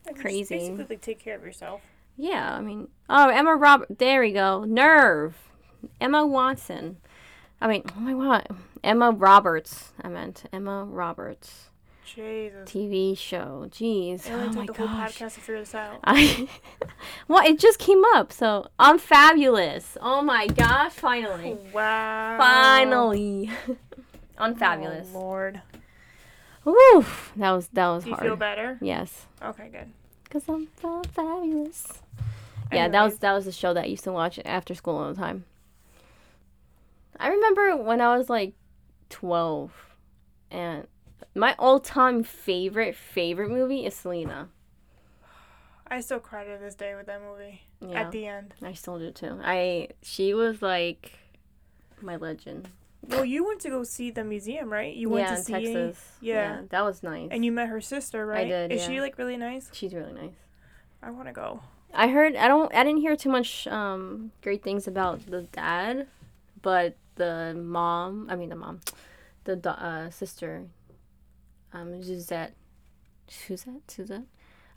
Speaker 3: Like, you just
Speaker 2: Crazy.
Speaker 3: Basically, like, take care of yourself.
Speaker 2: yeah, I mean, oh, Emma Rob, there we go. Nerve. Emma Watson. I mean, oh my god. Emma Roberts, I meant. Emma Roberts.
Speaker 3: Jesus.
Speaker 2: TV show. Jeez.
Speaker 3: It
Speaker 2: Oh
Speaker 3: only took
Speaker 2: my
Speaker 3: the whole
Speaker 2: gosh.
Speaker 3: podcast to figure this out.
Speaker 2: I well, it just came up, so I'm fabulous. Oh my gosh! Finally,
Speaker 3: Wow.
Speaker 2: finally, I'm
Speaker 3: Oh,
Speaker 2: fabulous.
Speaker 3: Lord.
Speaker 2: Oof, that was that was
Speaker 3: Do you
Speaker 2: hard. Mm.
Speaker 3: feel better?
Speaker 2: Yes,
Speaker 3: Okay, good.
Speaker 2: because I'm so fabulous. Yeah, that was
Speaker 3: Anyways.
Speaker 2: that was the show that I used to watch after school all the time. I remember when I was like 12, and my all-time favorite favorite movie is Selena.
Speaker 3: I still cry to this day with that movie.
Speaker 2: Yeah.
Speaker 3: At the end.
Speaker 2: I still do too. I she was like my legend.
Speaker 3: Well, you went to go see the museum, right? You went
Speaker 2: yeah,
Speaker 3: to
Speaker 2: in
Speaker 3: see
Speaker 2: Texas.
Speaker 3: yeah.
Speaker 2: that was nice.
Speaker 3: And you met her sister, right?
Speaker 2: did,
Speaker 3: Is
Speaker 2: yeah.
Speaker 3: she like really nice?
Speaker 2: she's really nice.
Speaker 3: I want to go.
Speaker 2: I heard I don't I didn't hear too much um great things about the dad, but the mom, I mean the mom, the da- uh, sister, um Suzette, Suzette, Suzette.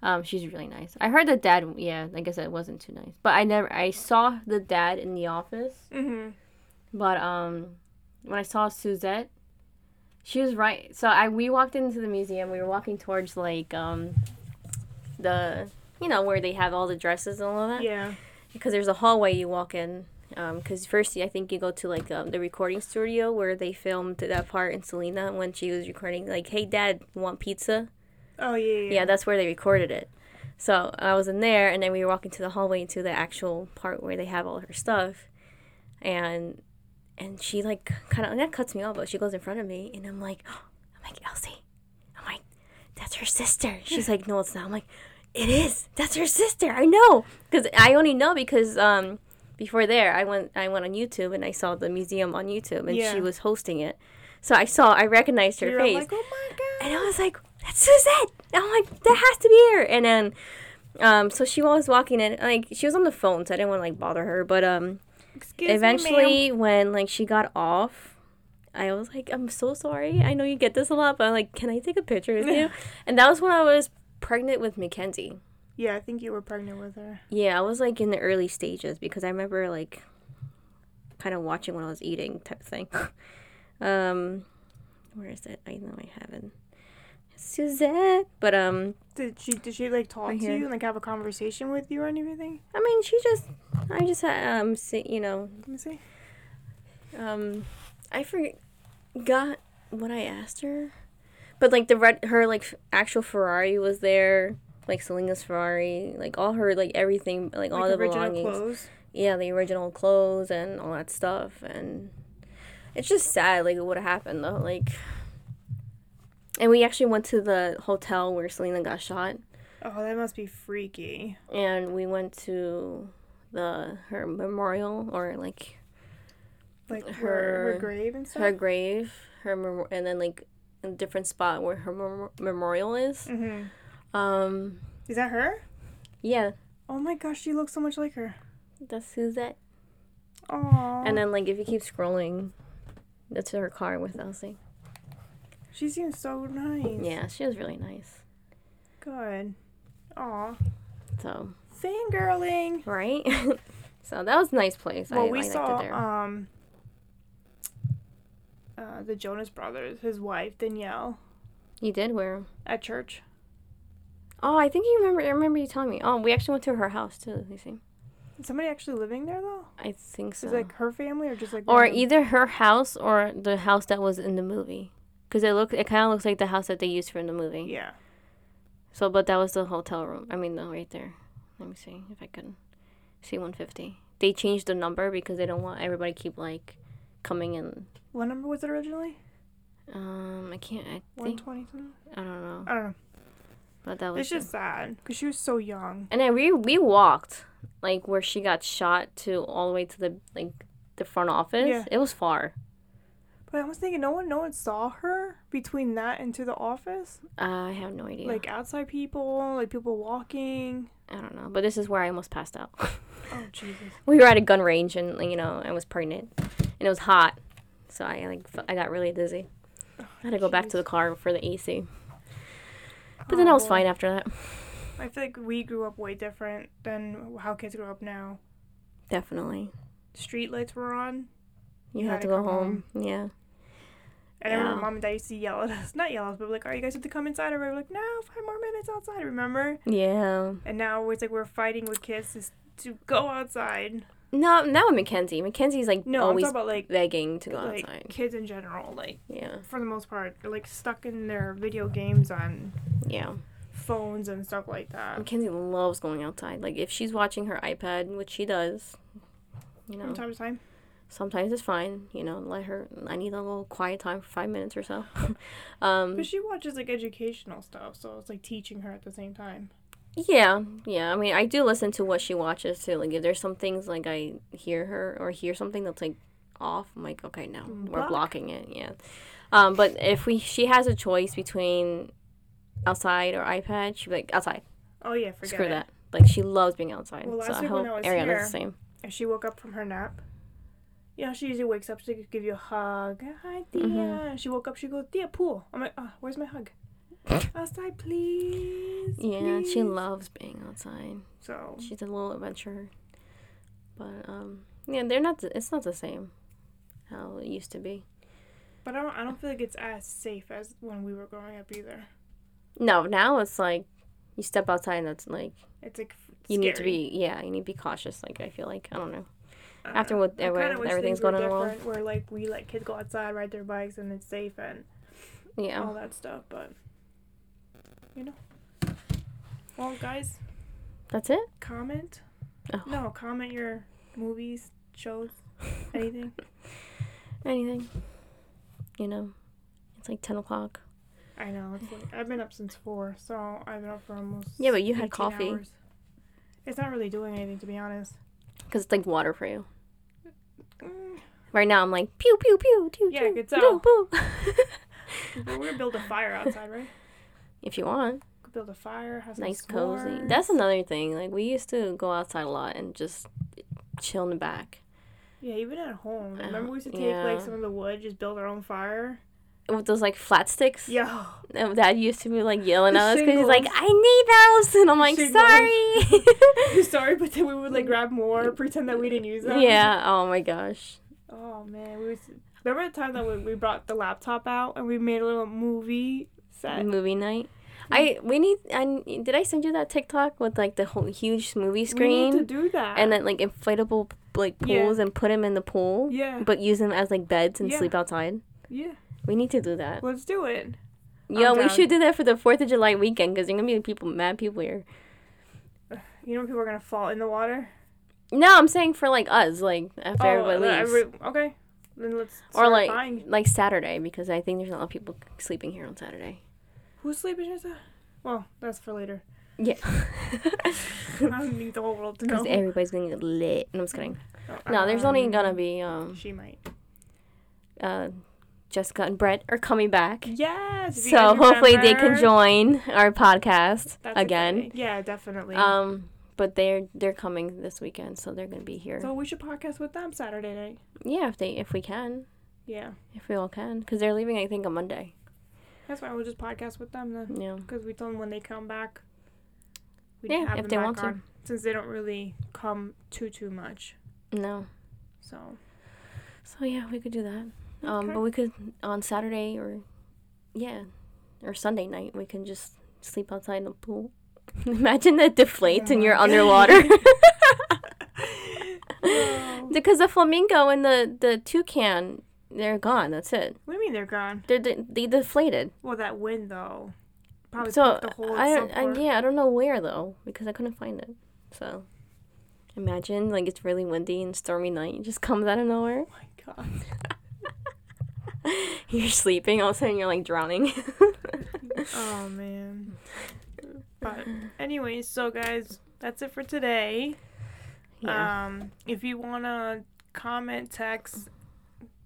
Speaker 2: Um, she's really nice. I heard the dad, yeah, like I said, wasn't too nice. But I never, I saw the dad in the office,
Speaker 3: Mm-hmm.
Speaker 2: But um, when I saw Suzette, she was right. So I we walked into the museum. We were walking towards like um, the you know where they have all the dresses and all that.
Speaker 3: Yeah.
Speaker 2: Because there's a hallway you walk in. Because first I think you go to like um, the recording studio where they filmed that part in Selena when she was recording like Hey Dad want pizza.
Speaker 3: Oh, yeah, yeah.
Speaker 2: Yeah, that's where they recorded it. So I was in there, and then we were walking to the hallway into the actual part where they have all her stuff, and and she like kind of that cuts me off, but she goes in front of me, and I'm like, "Oh," I'm like Elsie, I'm like, that's her sister. She's like, no, it's not. I'm like, it is. That's her sister. I know, because I only know because um before there I went I went on YouTube and I saw the museum on YouTube, and
Speaker 3: Yeah.
Speaker 2: she was hosting it. So I saw, I recognized her
Speaker 3: You're
Speaker 2: face.
Speaker 3: like, oh my God.
Speaker 2: And I was like, that's Suzette. And I'm like, that has to be her. And then, um, so she was walking in, like, she was on the phone, so I didn't want to, like, bother her. But, um,
Speaker 3: Excuse me, ma'am.
Speaker 2: eventually, when, like, she got off, I was like, I'm so sorry. I know you get this a lot, but I'm like, can I take a picture with you? and that was when I was pregnant with Mackenzie.
Speaker 3: Yeah, I think you were pregnant with her.
Speaker 2: Yeah, I was, like, in the early stages because I remember, like, kind of watching when I was eating type of thing. um, where is it? I know I haven't. Suzette, but um,
Speaker 3: Did she did she like talk
Speaker 2: Right
Speaker 3: to
Speaker 2: here.
Speaker 3: you and like have a conversation with you or anything?
Speaker 2: I mean, she just, I just, um, si- you know,
Speaker 3: Let me see.
Speaker 2: um, I forgot what I asked her, but like the red, her like f- actual Ferrari was there, like Selena's Ferrari, like all her like everything, like, all
Speaker 3: Like
Speaker 2: the
Speaker 3: original
Speaker 2: belongings.
Speaker 3: clothes.
Speaker 2: Yeah, the original clothes and all that stuff, and it's just sad like what happened though, like. And we actually went to the hotel where Selena got shot,
Speaker 3: Oh, that must be freaky.
Speaker 2: and we went to the her memorial or like
Speaker 3: Like her her
Speaker 2: Her-
Speaker 3: grave and stuff.
Speaker 2: her grave, her mem- and then like a different spot where her mem- memorial is.
Speaker 3: hmm
Speaker 2: Um,
Speaker 3: Is that her?
Speaker 2: yeah,
Speaker 3: Oh my gosh, she looks so much like her.
Speaker 2: that's Suzette.
Speaker 3: Oh.
Speaker 2: And uh, then like if you keep scrolling, that's her car with Elsie.
Speaker 3: she seems so nice.
Speaker 2: Yeah, she was really nice.
Speaker 3: Good. Aw.
Speaker 2: So
Speaker 3: Fangirling.
Speaker 2: right, so that was a nice place.
Speaker 3: Well,
Speaker 2: I,
Speaker 3: we
Speaker 2: I
Speaker 3: saw
Speaker 2: liked it there.
Speaker 3: um uh, the Jonas Brothers, his wife Danielle,
Speaker 2: you did where?
Speaker 3: at church.
Speaker 2: Oh, I think you remember. I remember you telling me. Oh, we actually went to her house too. You see,
Speaker 3: Is somebody actually living there though?
Speaker 2: I think so.
Speaker 3: Is it like her family or just like
Speaker 2: or
Speaker 3: random-
Speaker 2: either her house or the house that was in the movie, because it look it kind of looks like the house that they used for the movie.
Speaker 3: Yeah.
Speaker 2: So, but that was the hotel room. I mean, no, right there. Let me see if I can see 150. They changed the number because they don't want everybody keep like coming in.
Speaker 3: What number was it originally?
Speaker 2: Um, I can't. I
Speaker 3: One
Speaker 2: think
Speaker 3: twenty.
Speaker 2: I don't know,
Speaker 3: I don't know.
Speaker 2: but that was.
Speaker 3: It's just sad because she was so young.
Speaker 2: And then we we walked like where she got shot to all the way to the like the front office.
Speaker 3: Yeah.
Speaker 2: It was far.
Speaker 3: But I was thinking, no one, no one saw her between that and to the office.
Speaker 2: Uh, I have no idea.
Speaker 3: Like outside people, like people walking.
Speaker 2: I don't know. But this is where I almost passed out.
Speaker 3: Oh Jesus!
Speaker 2: we were at a gun range and like, you know I was pregnant and it was hot, so I like f- I got really dizzy. I had to go back to the car for the AC. But then I was
Speaker 3: Oh.
Speaker 2: fine after that.
Speaker 3: I feel like we grew up way different than how kids grow up now.
Speaker 2: Definitely.
Speaker 3: Street lights were on,
Speaker 2: You
Speaker 3: You
Speaker 2: have
Speaker 3: gotta
Speaker 2: to go
Speaker 3: come
Speaker 2: home. Yeah.
Speaker 3: and I remember
Speaker 2: Yeah.
Speaker 3: mom and dad used to yell at us—not yell at us, but like, "All right, you guys have to come inside." And we were like, "No, five more minutes outside." Remember?
Speaker 2: Yeah.
Speaker 3: And now it's like we're fighting with kids to, s- to go outside.
Speaker 2: No, not with Mackenzie. Mackenzie's like
Speaker 3: No,
Speaker 2: always
Speaker 3: I'm talking about like
Speaker 2: begging to go
Speaker 3: like
Speaker 2: outside.
Speaker 3: kids in general, like
Speaker 2: Yeah.
Speaker 3: for the most part, they're like stuck in their video games on
Speaker 2: Yeah.
Speaker 3: phones and stuff like that.
Speaker 2: Mackenzie loves going outside. Like if she's watching her iPad, which she does, you know,
Speaker 3: From time to time.
Speaker 2: sometimes it's fine. You know, let her. I need a little quiet time for five minutes or so. um,
Speaker 3: But she watches like educational stuff, so it's like teaching her at the same time.
Speaker 2: yeah, yeah. I mean, I do listen to what she watches too. Like if there's some things like I hear her or hear something that's like off, I'm like, okay, no, we're
Speaker 3: Block.
Speaker 2: blocking it. Yeah. Um, but if we, she has a choice between outside or iPad, she'd be like outside.
Speaker 3: Oh yeah, forget
Speaker 2: Screw
Speaker 3: it.
Speaker 2: that. Like she loves being outside.
Speaker 3: Well,
Speaker 2: so
Speaker 3: last
Speaker 2: I
Speaker 3: week
Speaker 2: hope
Speaker 3: when I was
Speaker 2: Ariana's
Speaker 3: here-
Speaker 2: the same.
Speaker 3: And she woke up from her nap. You know, she usually wakes up, she could give you a hug. Hi, Tia.
Speaker 2: Mm-hmm.
Speaker 3: And she woke up, she goes, Tia, pool. I'm like, oh, where's my hug? Outside, please.
Speaker 2: Yeah, she
Speaker 3: please."
Speaker 2: loves being outside.
Speaker 3: So,
Speaker 2: She's a little adventurer, but um, yeah, they're not. th- It's not the same how it used to be.
Speaker 3: but I don't, I don't feel like it's as safe as when we were growing up either.
Speaker 2: No, now it's like you step outside and it's like
Speaker 3: It's like f-
Speaker 2: you need to
Speaker 3: scary.
Speaker 2: be. Yeah, you need to be cautious. Like I feel like I don't know.
Speaker 3: I don't
Speaker 2: After
Speaker 3: know.
Speaker 2: what
Speaker 3: I kinda
Speaker 2: everyone-
Speaker 3: wish
Speaker 2: everything's
Speaker 3: things were
Speaker 2: going on in the world.
Speaker 3: different, Where like we let kids go outside, ride their bikes, and it's safe and
Speaker 2: Yeah.
Speaker 3: all that stuff. But you know, well, guys,
Speaker 2: That's it.
Speaker 3: comment.
Speaker 2: Oh.
Speaker 3: No, comment your movies, shows, anything.
Speaker 2: Anything. You know, it's like ten o'clock.
Speaker 3: I know. It's like, I've been up since four, so I've been up for almost.
Speaker 2: Yeah, but you had
Speaker 3: 18
Speaker 2: coffee.
Speaker 3: hours. It's not really doing anything, to be honest.
Speaker 2: Cause it's like water for you.
Speaker 3: Mm,
Speaker 2: Right now I'm like pew pew pew pew.
Speaker 3: Yeah, I
Speaker 2: pew,
Speaker 3: could
Speaker 2: pew,
Speaker 3: tell.
Speaker 2: pew.
Speaker 3: but we're gonna build a fire outside, right?
Speaker 2: if you want.
Speaker 3: Could build a fire, have some
Speaker 2: nice cozy.
Speaker 3: s'mores.
Speaker 2: That's another thing. Like we used to go outside a lot and just chill in the back.
Speaker 3: Yeah, even at home.
Speaker 2: Uh,
Speaker 3: Remember we used to take
Speaker 2: yeah.
Speaker 3: like some of the wood, just build our own fire.
Speaker 2: With those like flat sticks.
Speaker 3: Yeah.
Speaker 2: And Dad used to be like yelling
Speaker 3: The
Speaker 2: at us because he's like,
Speaker 3: shingles.
Speaker 2: "I need those," and I'm like,
Speaker 3: shingles.
Speaker 2: "Sorry."
Speaker 3: Sorry, but then we would like grab more, pretend that we didn't use them.
Speaker 2: Mm. yeah. Oh my gosh.
Speaker 3: Oh man, we was. Remember the time that we, we brought the laptop out and we made a little movie set.
Speaker 2: Movie night. I we need. I did I send you that TikTok with like the whole huge movie
Speaker 3: We need to
Speaker 2: screen
Speaker 3: do that.
Speaker 2: and then like inflatable like
Speaker 3: Yeah.
Speaker 2: pools and put him in the pool.
Speaker 3: Yeah.
Speaker 2: But use them as like beds and
Speaker 3: Yeah.
Speaker 2: sleep outside.
Speaker 3: yeah,
Speaker 2: We need to do that.
Speaker 3: let's do it.
Speaker 2: Yeah, we
Speaker 3: down.
Speaker 2: should do that for the Fourth of July weekend because there're gonna be people, mad people here.
Speaker 3: You know, people are gonna fall in the water.
Speaker 2: No, I'm saying for like us, like after everybody
Speaker 3: uh,
Speaker 2: leaves,
Speaker 3: every- okay, then let's.
Speaker 2: or
Speaker 3: start
Speaker 2: like
Speaker 3: buying.
Speaker 2: like Saturday because I think there's a lot of people sleeping here on Saturday.
Speaker 3: who's sleeping is that? Well, that's for later.
Speaker 2: Yeah,
Speaker 3: I
Speaker 2: because
Speaker 3: don't need the whole world to know.
Speaker 2: everybody's gonna get lit. No, I'm just kidding.
Speaker 3: Oh,
Speaker 2: No, there's only
Speaker 3: um,
Speaker 2: gonna be um
Speaker 3: She might.
Speaker 2: uh Jessica and Brett are coming back,
Speaker 3: Yes. if you
Speaker 2: so
Speaker 3: guys
Speaker 2: hopefully they can
Speaker 3: remember.
Speaker 2: join our podcast
Speaker 3: That's
Speaker 2: again.
Speaker 3: exciting. Yeah, definitely.
Speaker 2: Um, but they're they're coming this weekend, so they're gonna be here.
Speaker 3: so we should podcast with them Saturday night.
Speaker 2: yeah, if they if we can,
Speaker 3: Yeah,
Speaker 2: if we all can, because they're leaving I think on Monday.
Speaker 3: that's why we'll just podcast with them then,
Speaker 2: Yeah.
Speaker 3: because we told them when they come back. We
Speaker 2: Yeah, if they want to.
Speaker 3: since they don't really come too too much.
Speaker 2: No.
Speaker 3: So
Speaker 2: So yeah, we could do that. Um,
Speaker 3: Okay.
Speaker 2: but we could on Saturday or yeah, or Sunday night we can just sleep outside in the pool. Imagine that deflates and you're underwater. Because the flamingo and the, the toucan, they're gone. That's it.
Speaker 3: What do you mean they're gone?
Speaker 2: They're de- they deflated.
Speaker 3: Well, that wind though, probably
Speaker 2: So
Speaker 3: took the whole.
Speaker 2: I don't. I,
Speaker 3: sunflower.
Speaker 2: yeah, I don't know where though because I couldn't find it. So imagine like it's really windy and stormy night. It just comes out of nowhere.
Speaker 3: Oh my God.
Speaker 2: You're sleeping. All of a sudden you're like drowning.
Speaker 3: Oh man. But anyways, so guys, that's it for today.
Speaker 2: yeah.
Speaker 3: Um, if you wanna comment, text,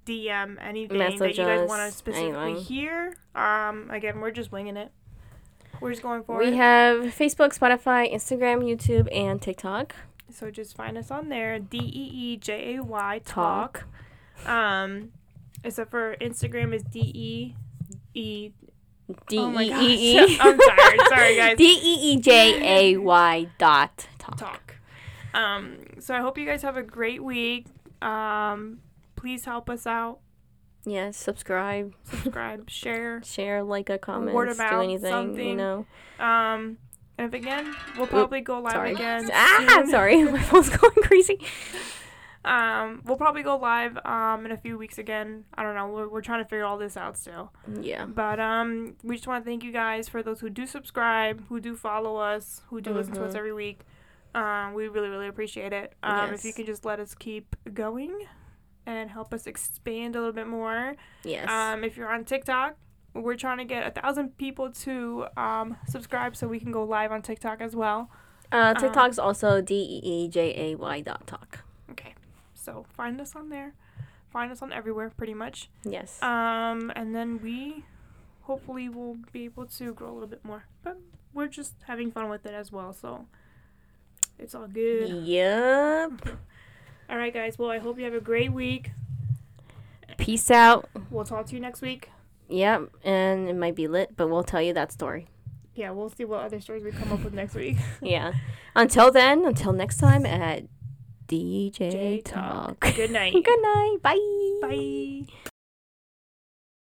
Speaker 3: DM anything
Speaker 2: Message
Speaker 3: that you guys
Speaker 2: us,
Speaker 3: want to specifically
Speaker 2: anything.
Speaker 3: hear, um, again, we're just winging it. We're just going for
Speaker 2: we
Speaker 3: it.
Speaker 2: have Facebook, Spotify, Instagram, YouTube, and TikTok.
Speaker 3: so just find us on there. D E E J A Y
Speaker 2: Talk.
Speaker 3: talk. Um, except for Instagram is D E E.
Speaker 2: D
Speaker 3: Oh my
Speaker 2: e
Speaker 3: gosh,
Speaker 2: e e.
Speaker 3: I'm tired. Sorry, guys.
Speaker 2: D e e j a y dot talk.
Speaker 3: talk. Um, so I hope you guys have a great week. Um, please help us out.
Speaker 2: Yeah. Subscribe,
Speaker 3: Subscribe, share.
Speaker 2: share, like a comment,
Speaker 3: Word of
Speaker 2: do
Speaker 3: mouth,
Speaker 2: anything. You
Speaker 3: something.
Speaker 2: know.
Speaker 3: Um, and if again, we'll probably go live
Speaker 2: Sorry.
Speaker 3: again.
Speaker 2: Ah,
Speaker 3: soon.
Speaker 2: sorry. My phone's going crazy.
Speaker 3: Um, we'll probably go live um in a few weeks again. I don't know. We're, we're trying to figure all this out still.
Speaker 2: Yeah.
Speaker 3: But um, we just want to thank you guys for those who do subscribe, who do follow us, who do listen to
Speaker 2: Mm-hmm.
Speaker 3: us every week. Um, we really, really appreciate it. Um, If you
Speaker 2: Yes.
Speaker 3: could just let us keep going and help us expand a little bit more.
Speaker 2: Yes.
Speaker 3: Um, if you're on TikTok, we're trying to get a thousand people to um, subscribe so we can go live on TikTok as well.
Speaker 2: Uh, TikTok's also D E E J A Y dot talk.
Speaker 3: Okay, so find us on there. Find us on everywhere, pretty much.
Speaker 2: Yes.
Speaker 3: Um, and then we hopefully will be able to grow a little bit more. But we're just having fun with it as well, so it's all good.
Speaker 2: yep.
Speaker 3: All right, guys. Well, I hope you have a great week.
Speaker 2: Peace out.
Speaker 3: We'll talk to you next week.
Speaker 2: Yep. And it might be lit, but we'll tell you that story.
Speaker 3: Yeah, we'll see what other stories we come up with next week.
Speaker 2: Yeah. Until then, until next time at DJ
Speaker 3: J
Speaker 2: Talk.
Speaker 3: Talk. Good night.
Speaker 2: Good night. Bye.
Speaker 3: Bye.